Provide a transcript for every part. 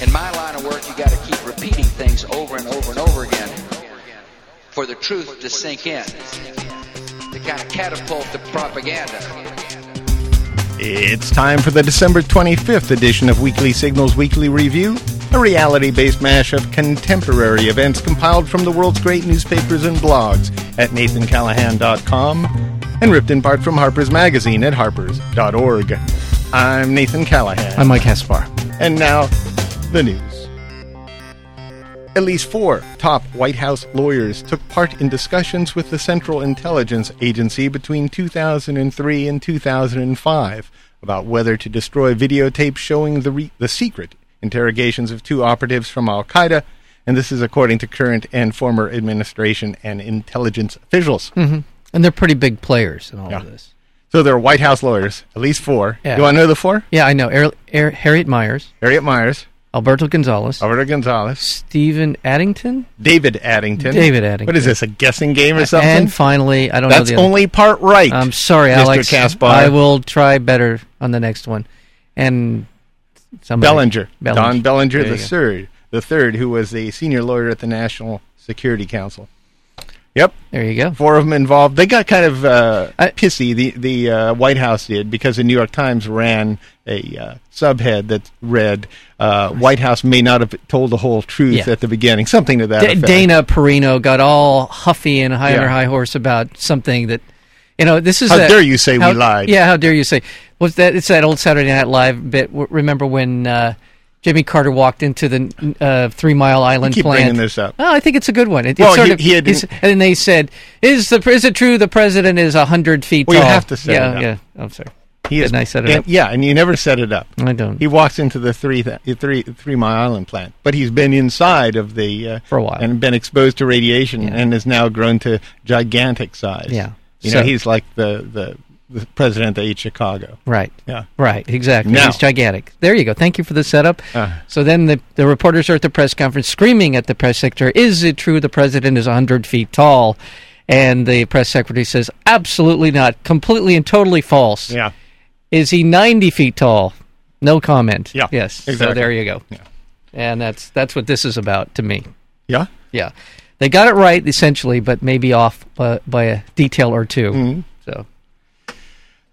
In my line of work, you got to keep repeating things over and over and over again for the truth to sink in, to kind of catapult the propaganda. It's time for the December 25th edition of Weekly Signals Weekly Review, a reality based mash of contemporary events compiled from the world's great newspapers and blogs at nathancallahan.com and ripped in part from Harper's Magazine at harpers.org. I'm Nathan Callahan. I'm Mike Haspar. And now, the news. At least four top White House lawyers took part in discussions with the Central Intelligence Agency between 2003 and 2005 about whether to destroy videotapes showing the, re- the secret interrogations of two operatives from Al Qaeda. And this is according to current and former administration and intelligence officials. And they're pretty big players in all Yeah. of this. So there are White House lawyers, at least four. Yeah. You want to know the four? Yeah, I know. Er- er- Harriet Myers, Harriet Myers, Alberto Gonzalez, Alberto Gonzalez, Stephen Addington, David Addington. David Addington. What is this, a guessing game or something? and finally, I don't That's know the other- only part right. I'm sorry, Mr. Alex. Kaspar. I will try better on the next one. And somebody Bellinger. Don Bellinger There the you go. third, the third, who was a senior lawyer at the National Security Council. Yep, There you go. four of them involved. They got kind of uh, I- pissy. The the uh, White House did because the New York Times ran a uh, subhead that read uh, "White House may not have told the whole truth Yeah. at the beginning," something to that D- effect. Dana Perino got all huffy and high on Yeah. her high horse about something that, you know, this is How that- dare you say we how- lied. Yeah, how dare you say? What's that? It's that old Saturday Night Live bit. W- Remember when uh, Jimmy Carter walked into the uh, Three Mile Island keep plant? bringing this up. Oh, I think it's a good one. It, Well, it's sort he- of, he had- it's- and they said, "Is the is it true the president is hundred feet Well, you tall?" have to set yeah, it up. yeah. I'm sorry. He Didn't I set it and- up? Yeah, and you never set it up. I don't. He walks into the three, th- three, three Mile Island plant, but he's been inside of the uh, For a while. and been exposed to radiation, Yeah. and is now grown to gigantic size. Yeah. you know So- he's like the, the the president of Chicago. Right. Yeah, Right, exactly. Now. He's gigantic. There you go. Thank you for the setup. Uh. so then the, the reporters are at the press conference screaming at the press secretary, Is it true the president is 100 feet tall? And the press secretary says, Absolutely not. Completely and totally false. yeah, Is he 90 feet tall? No comment. Yeah, Yes. So exactly. there you go. Yeah. And that's that's what this is about to me. yeah. Yeah. They got it right, essentially, but maybe off by, by a detail or 2 Mm-hmm. So,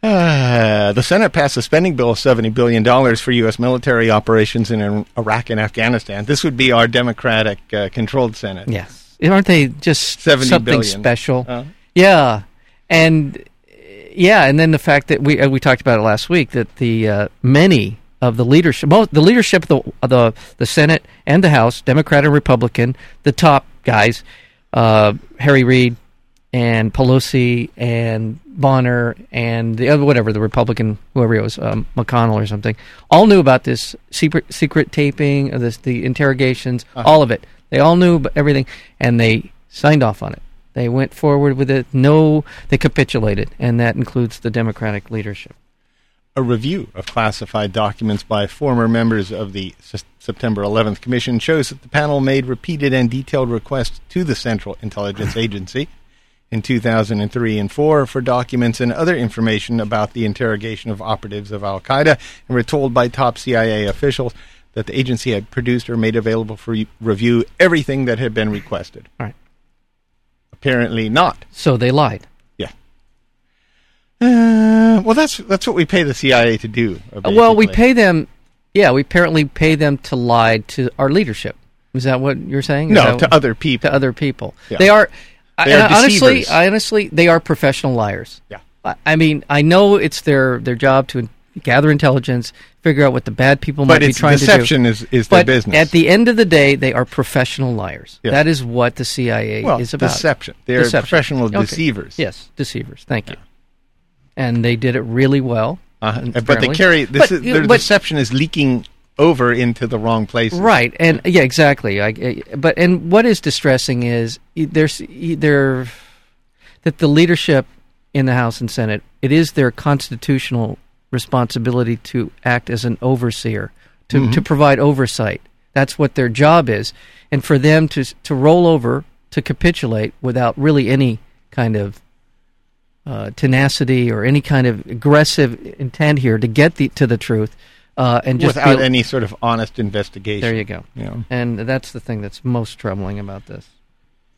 Uh, the Senate passed a spending bill of $70 billion for U.S. military operations in Iraq- Iraq and Afghanistan. This would be our Democratic uh, controlled Senate. yes. Aren't they just 70 something billion. special? Uh, Yeah, and yeah, and then the fact that we uh, we talked about it last week that the uh, many of the leadership, both the leadership of the of the the Senate and the House, Democrat and Republican, the top guys, uh, Harry Reid and Pelosi and Bonner and the other whatever the Republican whoever it was um, McConnell or something, all knew about this secret secret taping of this the interrogations, all of it. They all knew ab- everything, and they signed off on it. They went forward with it. No, they capitulated, and that includes the Democratic leadership. a review of classified documents by former members of the S- September 11th Commission shows that the panel made repeated and detailed requests to the Central Intelligence Agency in 2003 and 4 for documents and other information about the interrogation of operatives of Al Qaeda and were told by top CIA officials that the agency had produced or made available for re- review everything that had been requested. All right. Apparently not. So they lied. Yeah. Uh, well, that's that's what we pay the CIA to do. Uh, Well, we basically. pay them. Yeah, we apparently pay them to lie to our leadership. Is that what you're saying? Is No, that- to other people. To other people. Yeah. They are. I, They are and honestly, deceivers. I honestly, they are professional liars. Yeah. I, I mean, I know it's their their job to gather intelligence, figure out what the bad people But might it's be trying deception to do. is- is their but business. At the end of the day, they are professional liars. Yeah. That is what the CIA Well, is about. deception. They're professional Okay. deceivers. Yes, deceivers. Thank you. And they did it really well. Uh, but they apparently. carry this. But- is, their but- deception is leaking over into the wrong places. Right, and yeah, exactly. I, I- but and what is distressing is e- there's either that the leadership in the House and Senate it is their constitutional responsibility to act as an overseer to Mm-hmm. to provide oversight. That's what their job is, and for them to s- to roll over to capitulate without really any kind of uh, tenacity or any kind of aggressive intent here to get the, to the truth uh, and just without be- any sort of honest investigation. There you go. Yeah. And that's the thing that's most troubling about this.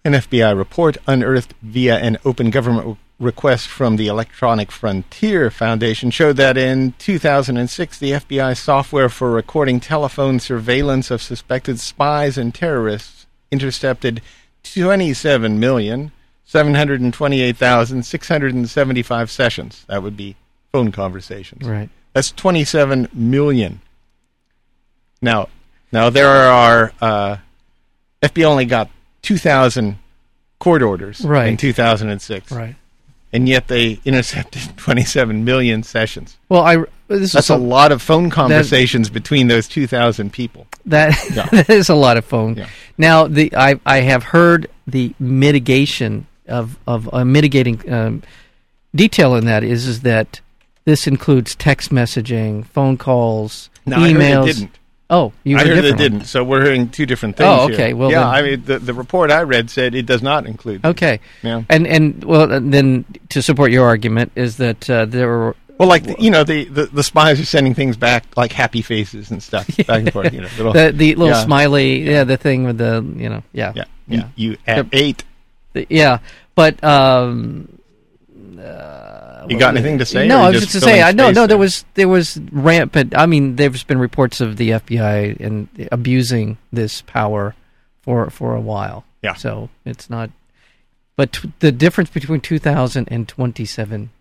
An FBI report unearthed via an open government request from the Electronic Frontier Foundation showed that in 2006, the FBI software for recording telephone surveillance of suspected spies and terrorists intercepted 27,728,675 sessions. That would be phone conversations. Right. That's 27 million. Now, now there are uh, FBI only got 2,000 court orders in Right. 2006, Right. and yet they intercepted 27 million sessions. Well, I this That's is a lot of phone conversations between those 2,000 people. That Yeah. that is a lot of phone. Yeah. Now the I I have heard the mitigation of of a mitigating um, detail in that is is that this includes text messaging, phone calls, No, I heard it emails. didn't. Oh, you I heard heard different it one. didn't, so we're hearing two different things. Oh, here. okay, well yeah, then- I mean the, the report I read said it does not include. these. Okay. Yeah. And and well and then to support your argument is that uh, there were Well, like the, you know, the, the, the spies are sending things back like happy faces and stuff back and forth. You know, little, the the little Yeah. smiley yeah. the thing with the you know yeah Yeah, yeah. You, at eight, The- yeah but um uh, You got anything to say, or no you i was just just to say filling i no space no there? there was there was rampant i mean there's been reports of the fbi and abusing this power for for a while Yeah. so it's not but t- the difference between 2000 and 27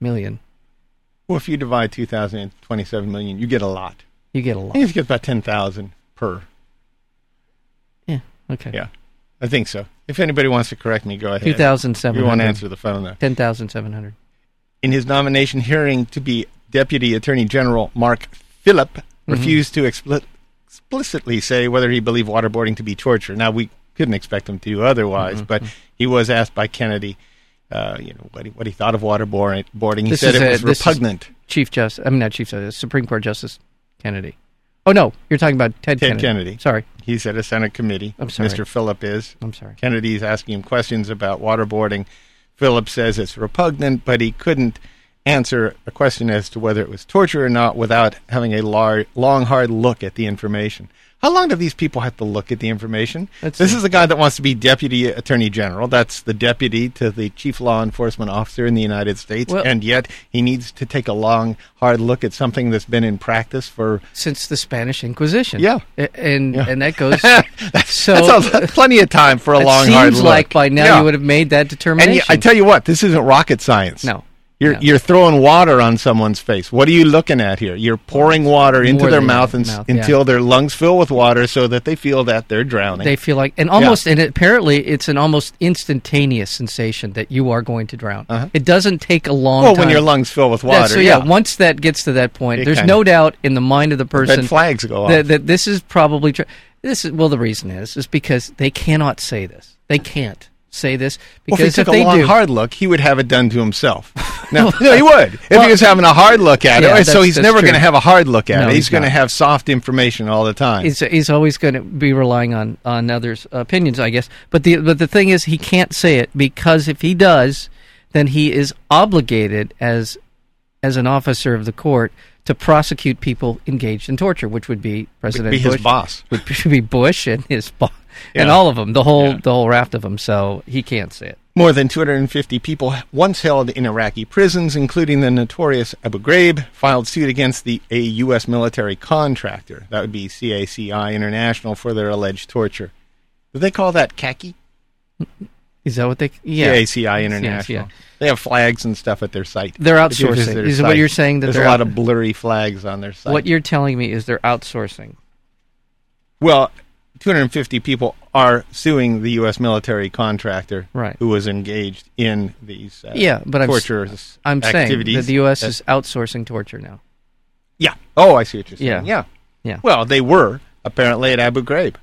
million Well, if you divide 2,000 and 27 million, you get a lot. you get a I lot think it's about 10,000 per. yeah okay Yeah, I think so. If anybody wants to correct me, go ahead. 2700 You won't answer the phone, though. 10700 In his nomination hearing to be Deputy Attorney General, Mark Phillip Mm-hmm. refused to expli- explicitly say whether he believed waterboarding to be torture. Now, we couldn't expect him to do Mm-hmm. otherwise, but he was asked by Kennedy. Uh, you know what he, what he thought of waterboarding. He This said is it a- was this is- repugnant. Chief Justice. I mean, not Chief Justice. Supreme Court Justice Kennedy. Oh no, you're talking about Ted, Ted Kennedy. Kennedy. Sorry, He's at a Senate committee. I'm sorry. Mr. Phillip is. I'm sorry. Kennedy's asking him questions about waterboarding. Philip says it's repugnant, but he couldn't answer a question as to whether it was torture or not without having a lar- long, hard look at the information. How long do these people have to look at the information? Let's this see. is the guy that wants to be deputy attorney general. That's the deputy to the chief law enforcement officer in the United States, Well- and yet he needs to take a long, hard look at something that's been in practice for Since the Spanish Inquisition. Yeah. A- and Yeah. and that goes. so that's a, plenty of time for a it long, seems hard look. like by now Yeah. you would have made that determination. And y- I tell you what, this isn't rocket science. No. You're, No. you're throwing water on someone's face. What are you looking at here? You're pouring water into More their than mouth, that, and, s- mouth, yeah. until their lungs fill with water so that they feel that they're drowning. they feel like and almost and apparently it's an almost instantaneous sensation that you are going to drown. Uh-huh. It doesn't take a long well, time. when your lungs fill with water, Yeah, so yeah, once that gets to that point, It there's kinda- no doubt in the mind of the person red flags go off. that, that this is probably true. This is well, the reason is is because they cannot say this. They can't say this well, because if he took a they long, do, hard look, he would have it done to himself. No, no he would. If he Well- was having a hard look at Yeah, it, so that's- he's that's never true. going to have a hard look at No, it. He's he's going to not. have soft information all the time. he's, he's always going to be relying on on others' opinions, I guess. But the but the thing is, he can't say it because if he does, then he is obligated as as an officer of the court to prosecute people engaged in torture, which would be President be his Bush, boss. would be Bush and his bo- and Yeah. all of them, the whole Yeah. the whole raft of them. So he can't say it. More than 250 people once held in Iraqi prisons, including the notorious Abu Ghraib, filed suit against the a U.S. military contractor. That would be CACI International for their alleged torture. Do they call that khaki? Is that what they? Yeah, CACI International. CACI. They have flags and stuff at their site. They're If you visit outsourcing. their Is what site, you're saying that there's they're a lot out- of blurry flags on their site. What you're telling me is they're outsourcing. Well, 250 people are suing the U.S. military contractor Right. who was engaged in these uh, Yeah, but I'm s- torturous I'm saying activities. that the U.S. That's- is outsourcing torture now. Yeah. Oh, I see what you're saying. Yeah. Yeah. Yeah. Yeah. Well, they were apparently at Abu Ghraib.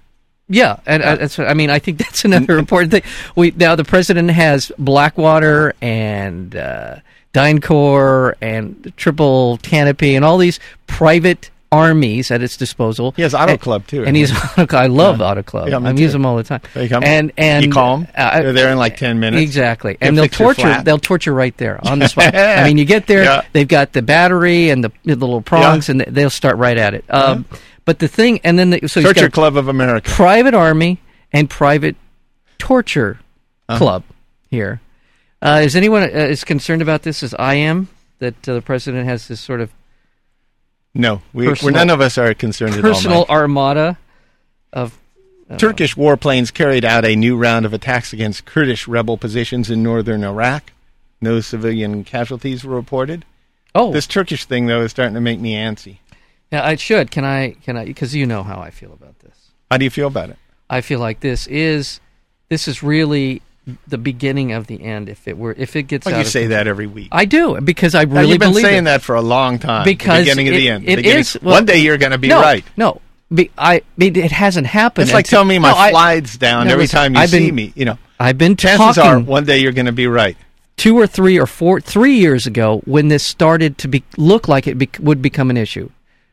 Yeah, and uh, that's what, I mean I think that's another important thing. We now the president has Blackwater and uh, DynCorp and Triple Canopy and all these private armies at its disposal. He has Auto And- Club, too, and he's Auto, I love Auto Club. Yeah, me I too. use them all the time. They come- and and you call 'em, uh, they're there in like 10 minutes. Exactly, They'll and they'll fix your torture. flat. They'll torture right there on the spot. I mean, you get there, Yeah. they've got the battery and the, the little prongs, and they'll start right at it. Um, But the thing, and then the, so he's Torture got Club of America. private army and private torture Uh-huh. club here. Uh, is anyone uh, as concerned about this as I am? That uh, the president has this sort of No, we, we're Personal- none of us are concerned at all. personal Mike. armada of Turkish warplanes carried out a new round of attacks against Kurdish rebel positions in northern Iraq. No civilian casualties were reported. oh This Turkish thing, though, is starting to make me antsy. yeah I should can I can I because you know how I feel about this How do you feel about it? I feel like this is this is really the beginning of the end if it were if it gets Well, out you of- say that every week. I do because I Now, really you've been believe saying it. that for a long time. because the beginning of it- the end. The it beginning- is- well- one day you're going to be no, right. no be, I mean it hasn't happened It's like until- telling me my no, I- slides down no, every listen, time you I've been- see me. You know, I've been chances talking are one day you're going to be right. two or three or four three years ago when this started to be look like it be, would become an issue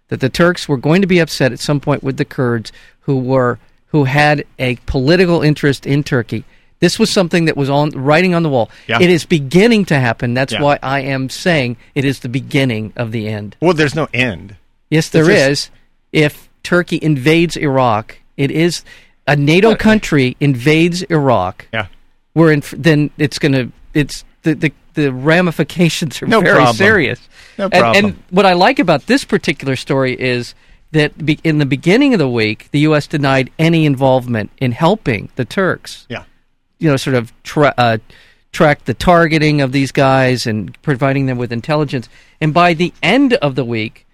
that the Turks were going to be upset at some point with the Kurds who were who had a political interest in Turkey. This was something that was on writing on the wall. Yeah. It is beginning to happen. That's Yeah. why I am saying it is the beginning of the end. Well, there's no end. Yes, there is. just- If Turkey invades Iraq, it is a NATO country invades Iraq Yeah. we're in, then it's going to it's the, the the ramifications are No very problem. serious. No And- problem. And, what I like about this particular story is that be, in the beginning of the week, the U.S. denied any involvement in helping the Turks. Yeah. You know, sort of tra- uh, track the targeting of these guys and providing them with intelligence. And by the end of the week.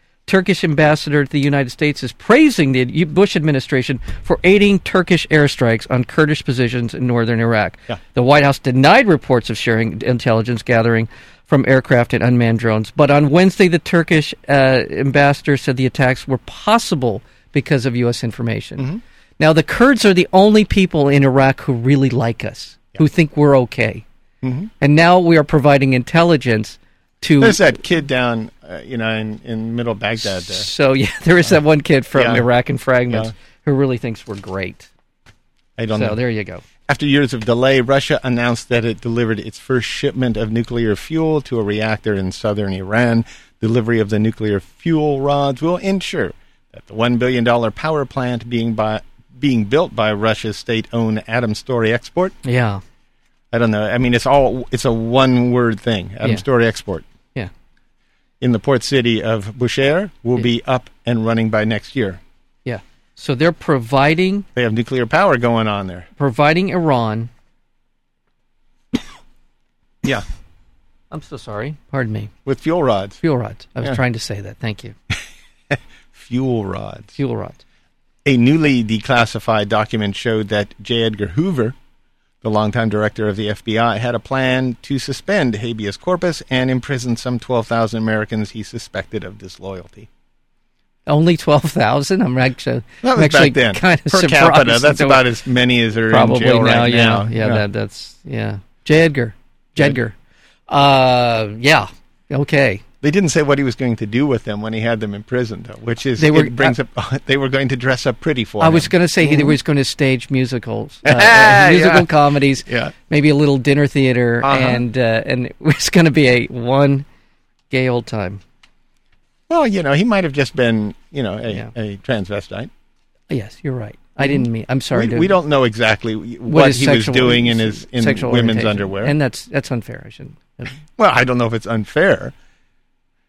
Turkish ambassador to the United States is praising the Bush administration for aiding Turkish airstrikes on Kurdish positions in northern Iraq. Yeah. The White House denied reports of sharing intelligence gathering from aircraft and unmanned drones. But on Wednesday, the Turkish uh, ambassador said the attacks were possible because of U.S. information. Now, the Kurds are the only people in Iraq who really like us, who think we're okay. And now we are providing intelligence to. Mm-hmm. There's that kid down, uh, you know, in, in middle Baghdad there. so, yeah, there is that one kid from Yeah. Iraq in Fragments Yeah. who really thinks we're great. I don't so, know. there you go. After years of delay, Russia announced that it delivered its first shipment of nuclear fuel to a reactor in southern Iran. Delivery of the nuclear fuel rods will ensure that the $1 billion power plant being, by, being built by Russia's state owned Atom Story Export. Yeah. I don't know. I mean, it's all, it's a one word thing Atom Yeah. Story Export Yeah. in the port city of Bushehr will be up and running by next year. Yeah. So they're providing They have nuclear power going on there. providing Iran. Yeah. I'm so sorry. Pardon me. With fuel rods. Fuel rods. I was Yeah. trying to say that. Thank you. Fuel rods. Fuel rods. A newly declassified document showed that J. Edgar Hoover, the longtime director of the FBI, had a plan to suspend habeas corpus and imprison some 12,000 Americans he suspected of disloyalty. Only twelve thousand. I'm actually That I'm was actually back then. kind of per surprised. capita, that's that about as many as are probably in jail now. right yeah, now. yeah. That, that's yeah. J. Edgar. J. Edgar. Uh, yeah. Okay. They didn't say what he was going to do with them when he had them in prison, though, which is They they were- uh, were, it brings up. They were going to dress up pretty for I him. was going to say he was going to stage musicals, uh, uh, musical Mm-hmm. Yeah. comedies, Yeah. maybe a little dinner theater, Uh-huh. and uh, and it was going to be a one gay old time. well, you know, he might have just been, you know, a, Yeah. a transvestite. Yes, you're right. I didn't mean. I'm sorry. We, to- we don't know exactly what, his he was sexual- doing in his in sexual women's orientation. underwear. and that's that's unfair. I shouldn't. have- well, I don't know if it's unfair.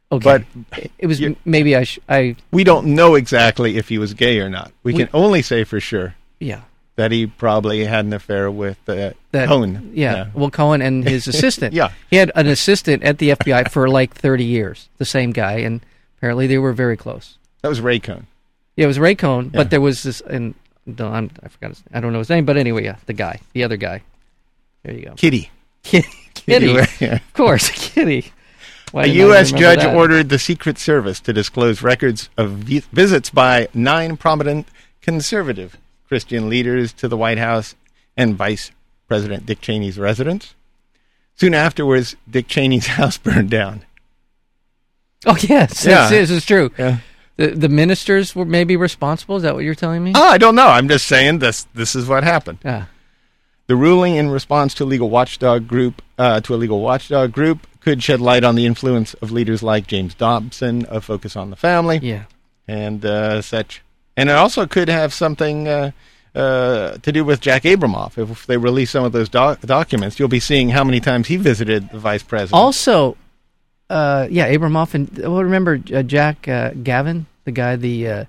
Okay, But- but it was you- maybe I. Sh- I We don't know exactly if he was gay or not. We, We- can only say for sure yeah. that he probably had an affair with uh, That, Cohn. yeah, Well, Cohen and his assistant. Yeah. he had an assistant at the FBI for like thirty years. The same guy, and apparently they were very close. that was Ray Cohn. Yeah, it was Ray Cohn, Yeah. but there was this, and no, I'm, I forgot. His, I don't know his name, but anyway, yeah, the guy, the other guy. There you go. Kitty. Kitty, Kitty. Yeah. of course, Kitty. Why A didn't I U.S. remember judge that? ordered the Secret Service to disclose records of vi- visits by nine prominent conservative Christian leaders to the White House and Vice President Dick Cheney's residence. Soon afterwards, Dick Cheney's house burned down. Oh yes, Yeah. this is true. Yeah. the, the ministers were maybe responsible. Is that what you're telling me? Ah, Oh, I don't know. I'm just saying this. This is what happened. Yeah. The ruling in response to legal watchdog group uh, to a legal watchdog group could shed light on the influence of leaders like James Dobson of Focus on the Family Yeah. and uh, such, and it also could have something uh, uh, to do with Jack Abramoff. If they release some of those doc- documents, you'll be seeing how many times he visited the vice president. Also, uh, yeah, Abramoff and well, remember uh, Jack uh, Gavin, the guy, the uh,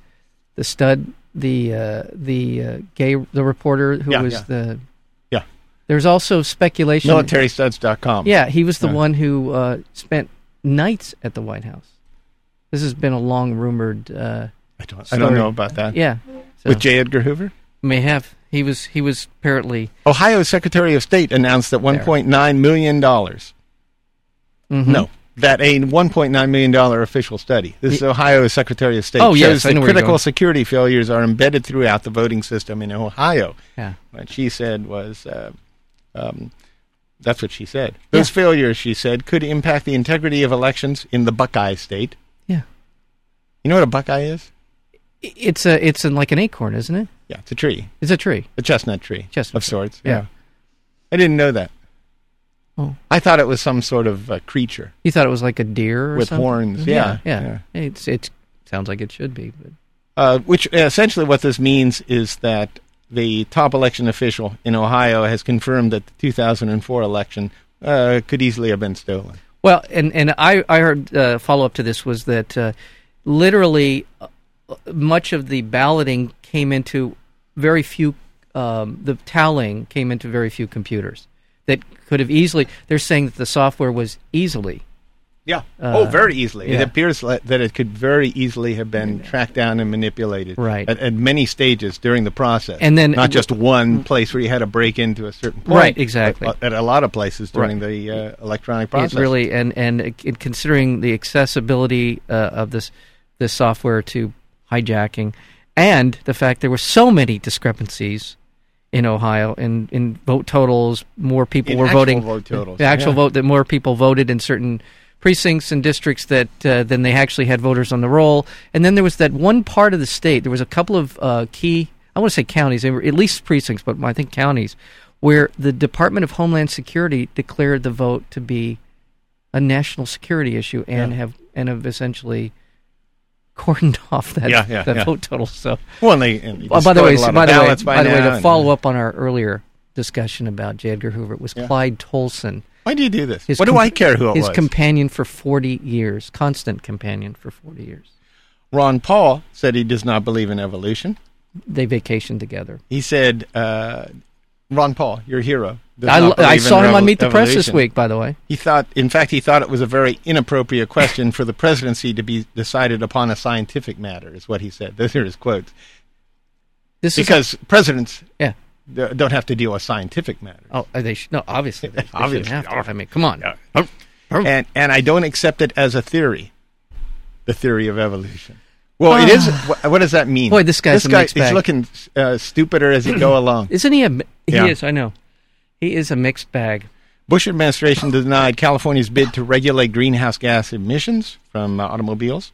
the stud, the uh, the uh, gay, the reporter who Yeah, was yeah. the. Yeah. There's also speculation. MilitaryStuds.com. Yeah, he was the Yeah. one who uh, spent nights at the White House. This has been a long rumored. Uh, I don't, I don't Story. know about that. yeah, so, With J. Edgar Hoover? may have he was he was apparently Ohio's Secretary of State announced that $1.9 million. dollars Mm-hmm. No, that a $1.9 million dollar official study. This is Ohio's Secretary of State. Oh, yes, shows I that know where you're critical going. security failures are embedded throughout the voting system in Ohio. yeah What she said was. Uh, um, that's what she said. Those failures, she said, could impact the integrity of elections in the Buckeye state. yeah. You know what a Buckeye is? I- It's a it's in like an acorn, isn't it? Yeah, it's a tree, It's a tree. a chestnut tree Chestnut of tree. sorts. Yeah. I didn't know that. Oh. I thought it was some sort of uh, creature. You thought it was like a deer or With something? horns, yeah, yeah. It's it sounds like it should be, but Uh, which uh, essentially what this means is that the top election official in Ohio has confirmed that the 2004 election uh, could easily have been stolen. well, and and I I heard uh, follow up to this was that uh, literally uh, much of the balloting came into very few um, the tallying came into very few computers that could have easily. They're saying that the software was easily Yeah. oh, very easily. It Uh, yeah. appears li- that it could very easily have been tracked down and manipulated Right. at, at many stages during the process. And then- mm. not just one place where you had to break into a certain point. Right, exactly. but At, a lot of places during Right. the uh, electronic It process. really and and uh, c- considering the accessibility uh, of this this software to hijacking and the fact there were so many discrepancies in Ohio in in vote totals more people In were actual voting vote totals, the actual yeah. vote that more people voted in certain precincts and districts that uh, than they actually had voters on the roll and then there was that one part of the state there was a couple of uh, key I want to say counties they were at least precincts but I think counties where the Department of Homeland Security declared the vote to be a national security issue and have and have essentially cordoned off that Yeah, yeah, that yeah. vote total. So, Well, and they, and they Oh, by the way, destroyed a lot by of the way, ballots by, by the way, now to and- follow up on our earlier discussion about J. Edgar Hoover, it was Yeah. Clyde Tolson. Why do you do this? his What do com- I care who it his was? companion for forty years, constant companion for forty years. Ron Paul said he does not believe in evolution. They vacationed together. He said, uh, "Ron Paul, your hero." does I, not lo- I believe in saw him on revol- Meet the Press this evolution." week, by the way. He thought, in fact, he thought it was a very inappropriate question for the presidency to be decided upon a scientific matter. Is what he said. Those are his quotes. This is Because presidents yeah. d- don't have to deal with scientific matters. Oh, they should no. Obviously, they, they shouldn't Obviously. have to. I mean, come on. Oh. and and I don't accept it as a theory, the theory of evolution. Well, it is. wh- What does that mean? Ah. Boy, this guy's this a guy mixed is bag. looking uh, stupider as he go along. Isn't he a? mi- He Yeah. is. I know. He is a mixed bag. Bush administration denied California's bid to regulate greenhouse gas emissions from uh, automobiles.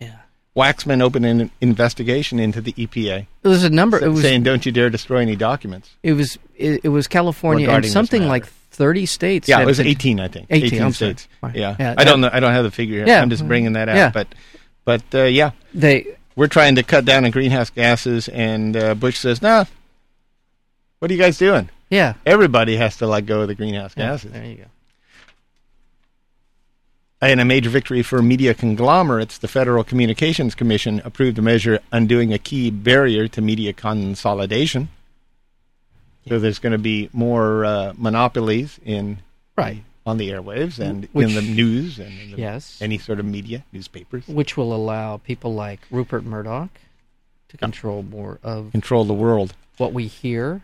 Yeah. Waxman opened an investigation into the E EPA, There was a number. It was. saying, "Don't you dare destroy any documents." It was. It, it was California Regarding and this something matter. like thirty states. Yeah, had it was been- 18, I think. 18, 18 I'm sorry. states. Fine. Yeah. Yeah, I don't know. I don't have the figure here. Yeah. I'm just bringing that out. Yeah. But, but uh, yeah, They. we're trying to cut down on greenhouse gases, and uh, Bush says, "Nah, what are you guys doing? Yeah. Everybody has to let go of the greenhouse gases." There you go. And a major victory for media conglomerates, the Federal Communications Commission approved a measure undoing a key barrier to media consolidation. So there's going to be more uh, monopolies in Right. on the airwaves and Which- in the news Mm-hmm. and in the- Yes. any sort of media, newspapers. Which will allow people like Rupert Murdoch to control more of Control the world. what we hear.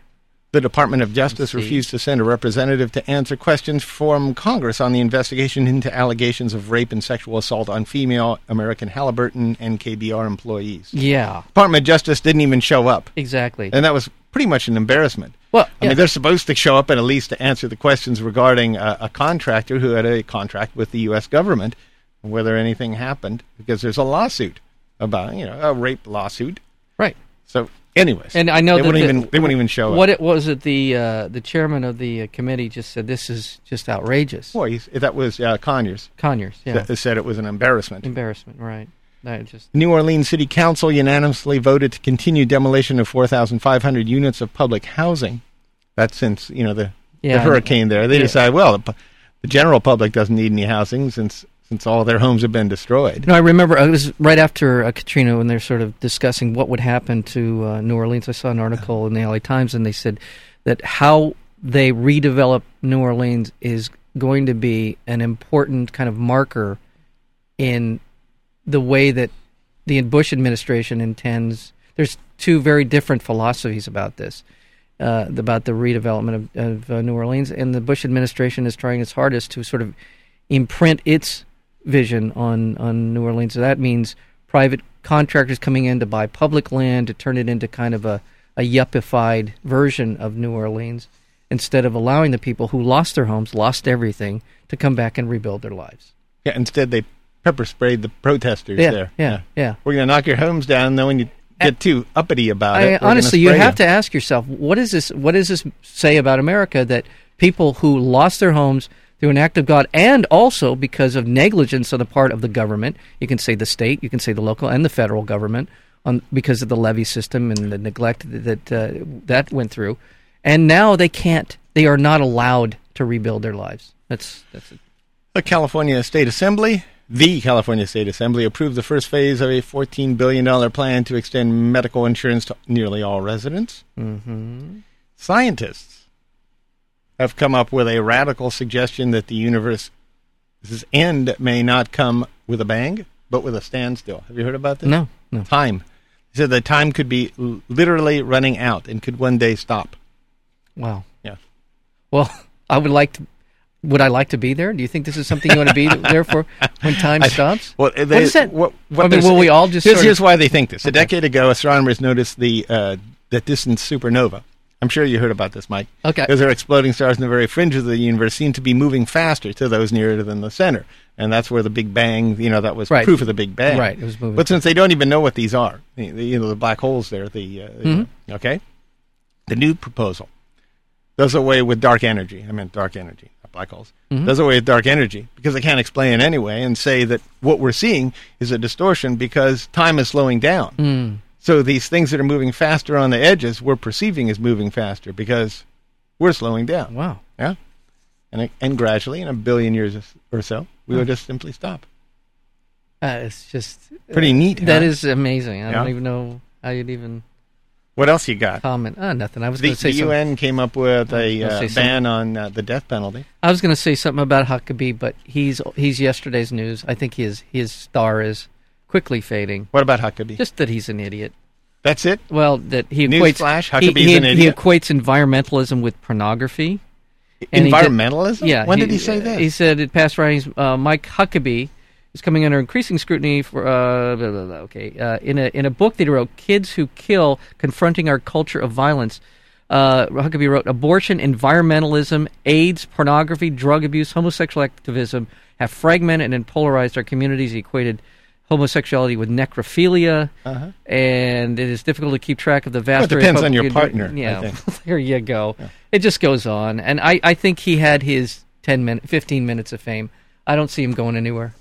The Department of Justice see. refused to send a representative to answer questions from Congress on the investigation into allegations of rape and sexual assault on female American Halliburton and KBR employees. Yeah. Department of Justice didn't even show up. Exactly. and that was pretty much an embarrassment. Well, I yeah. mean, they're supposed to show up and at least to answer the questions regarding uh, a, a contractor who had a contract with the U.S. government, whether anything happened, because there's a lawsuit about you know a rape lawsuit. Right. So, anyways, And I know they that wouldn't the- even they wouldn't even show What up. it was it the uh, the chairman of the uh, committee just said this is just outrageous. Boy, he's- that was uh, Conyers Conyers, yeah, that said it was an embarrassment. embarrassment, right? That just New Orleans City Council unanimously voted to continue demolition of 4,500 units of public housing. That's since you know the, Yeah, the I- hurricane there. They yeah. decide well, the, pu- the general public doesn't need any housing since since all their homes have been destroyed. No, I remember uh, it was right after uh, Katrina when they're sort of discussing what would happen to uh, New Orleans. I saw an article in the LA Times and they said that how they redevelop New Orleans is going to be an important kind of marker in the way that the Bush administration intends. There's two very different philosophies about this, uh, about the redevelopment of, of uh, New Orleans, and the Bush administration is trying its hardest to sort of imprint its vision on on New Orleans. So that means private contractors coming in to buy public land to turn it into kind of a a yuppified version of New Orleans, instead of allowing the people who lost their homes, lost everything, to come back and rebuild their lives. Yeah, instead they pepper sprayed the protesters Yeah, there. yeah, yeah. We're going to knock your homes down, and then when you get too uppity about it, I, we're gonna honestly, you spray have you. to ask yourself, what is this? What does this say about America that people who lost their homes through an act of God and also because of negligence on the part of the government, you can say the state, you can say the local and the federal government, on because of the levy system and the neglect that uh, that went through, and now they can't, they are not allowed to rebuild their lives. That's that's it. The California State Assembly, the California State Assembly, approved the first phase of a $14 billion plan to extend medical insurance to nearly all residents. Mm-hmm. Scientists have come up with a radical suggestion that the universe's end may not come with a bang, but with a standstill. Have you heard about this? no, no. Time. They said that time could be l- literally running out and could one day stop. Wow. Yeah. Well, I would like to. Would I like to be there? Do you think this is something you want to be there for when time I- stops? Well, they, what is that? What, I what mean, they're will we saying- all just Here's, sort of- here's why they think this. A decade ago, astronomers noticed the uh, that distant supernova. I'm sure you heard about this, Mike. Okay. Those are exploding stars in the very fringe of the universe seem to be moving faster to those nearer than the center, and that's where the Big Bang. You know, that was Right. proof of the Big Bang. Right, it was moving But since they don't even know what these are, the, the, you know, the black holes there. The uh, Mm-hmm. okay, the new proposal does away with dark energy. I meant dark energy, not black holes. Mm-hmm. Does away with dark energy because they can't explain it anyway and say that what we're seeing is a distortion because time is slowing down. Mm. So these things that are moving faster on the edges, we're perceiving as moving faster because we're slowing down. Wow. Yeah. And, and gradually, in a billion years or so, we will just simply stop. Uh, it's just Pretty neat. Uh, That huh? is amazing. I don't Yeah. even know how you'd even What else you got? comment. Uh, nothing. I was The, going to say the something. UN came up with a gonna uh, say some- ban on uh, the death penalty. I was going to say something about Huckabee, but he's he's yesterday's news. I think his his star is quickly fading. What about Huckabee? Just that he's an idiot. That's it. Well, that he equates Newsflash, he, Huckabee's he, an he idiot. equates environmentalism with pornography. And he did- Environmentalism. Yeah. When did he say He that? said in past writings, uh, Mike Huckabee is coming under increasing scrutiny for uh, blah, blah, blah, okay uh, in a in a book that he wrote, "Kids Who Kill: Confronting Our Culture of Violence." Uh, Huckabee wrote, "Abortion, environmentalism, AIDS, pornography, drug abuse, homosexual activism have fragmented and polarized our communities." He equated homosexuality with necrophilia, and it is difficult to keep track of the vast. Uh-huh. Well, it depends on your Republican- partner, I Yeah, think. there you go. It just goes on, and I, I think he had his ten minute, fifteen minutes of fame. I don't see him going anywhere.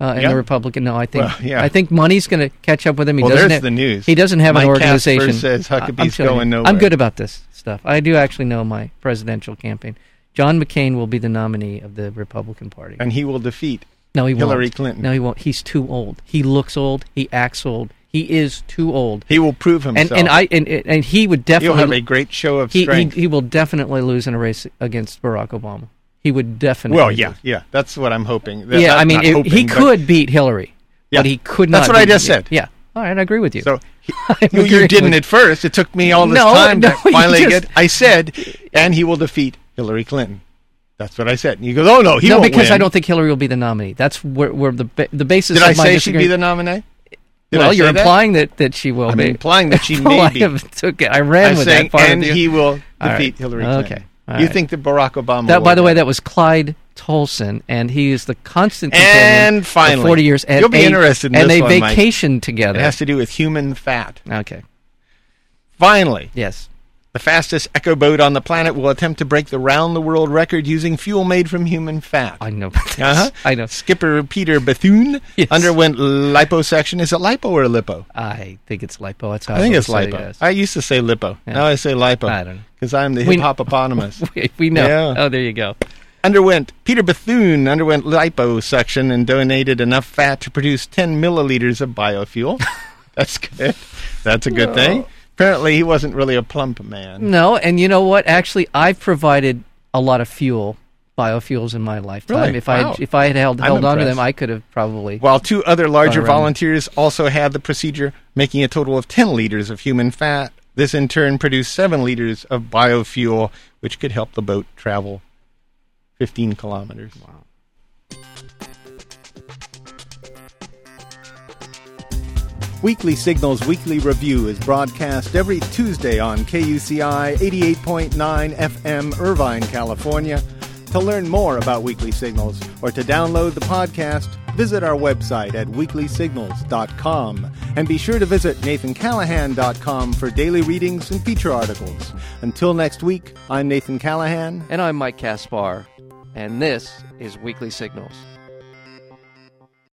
Uh, and Yeah. the Republican, no, I think Well, yeah. I think money's going to catch up with him. He Well, doesn't there's have, the news. He doesn't have an Mike Casper organization. says I- I'm Huckabee's telling going you, nowhere. I'm good about this stuff. I do actually know my presidential campaign. John McCain will be the nominee of the Republican Party. And he will defeat. No, he won't. Hillary Clinton. No, he won't. He's too old. He looks old. He acts old. He is too old. He will prove and himself. and I and and he would He'll definitely have a great show of he, he strength. he will definitely lose in a race against Barack Obama. He would definitely. well, yeah, lose. yeah. That's what I'm hoping. That- yeah. not- I mean, not it- hoping, he but- could beat Hillary, Yeah. but he could not. That's what I beat- just said. Yeah. All right, I agree with you. So he, I'm you, you agreeing didn't with- at first. It took me all this No, time no, to you finally just- get. I said, and he will defeat Hillary Clinton. That's what I said. And you go, oh no, he no, won't because win. I don't think Hillary will be the nominee. That's where, where the ba- the basis. Did of I my say she'd be disagreement- the nominee? Did well, I you're say that? implying that? That, she will. I'm be. implying that she Well, may I be. have- took it. I ran I'm with saying, that part. and of the- he will defeat All right. Hillary Okay. Clinton. All You right. think that Barack Obama? That, by will the way, win. that was Clyde Tolson, and he is the constant And companion finally, for 40 years. and you'll be they- interested in And this they one, Mike. vacation It together. has to do with human fat. okay. Finally, Yes. the fastest echo boat on the planet will attempt to break the round the world record using fuel made from human fat. I know. about this. Uh-huh. I know. Skipper Peter Bethune Yes. underwent liposuction. Is it lipo or lipo? I think it's lipo. That's how I think would it's say lipo. yes. I used to say lipo. Yeah. Now I say lipo. I don't know. Because I'm the We- hip hop eponymous. we, we know. Yeah. Oh, there you go. underwent Peter Bethune underwent liposuction and donated enough fat to produce 10 milliliters of biofuel. That's good. That's a good thing. Apparently, he wasn't really a plump man. No, and you know what? Actually, I've provided a lot of fuel, biofuels in my lifetime. Really? If I Wow. had, if I had held I'm held on to impressed. them, I could have probably. While two other larger Around. volunteers also had the procedure, making a total of 10 liters of human fat. This in turn produced 7 liters of biofuel, which could help the boat travel 15 kilometers. Wow. Weekly Signals Weekly Review is broadcast every Tuesday on KUCI 88.9 FM, Irvine, California. To learn more about Weekly Signals or to download the podcast, visit our website at weeklysignals.com. And be sure to visit nathancallahan.com for daily readings and feature articles. Until next week, I'm Nathan Callahan. And I'm Mike Caspar, and this is Weekly Signals.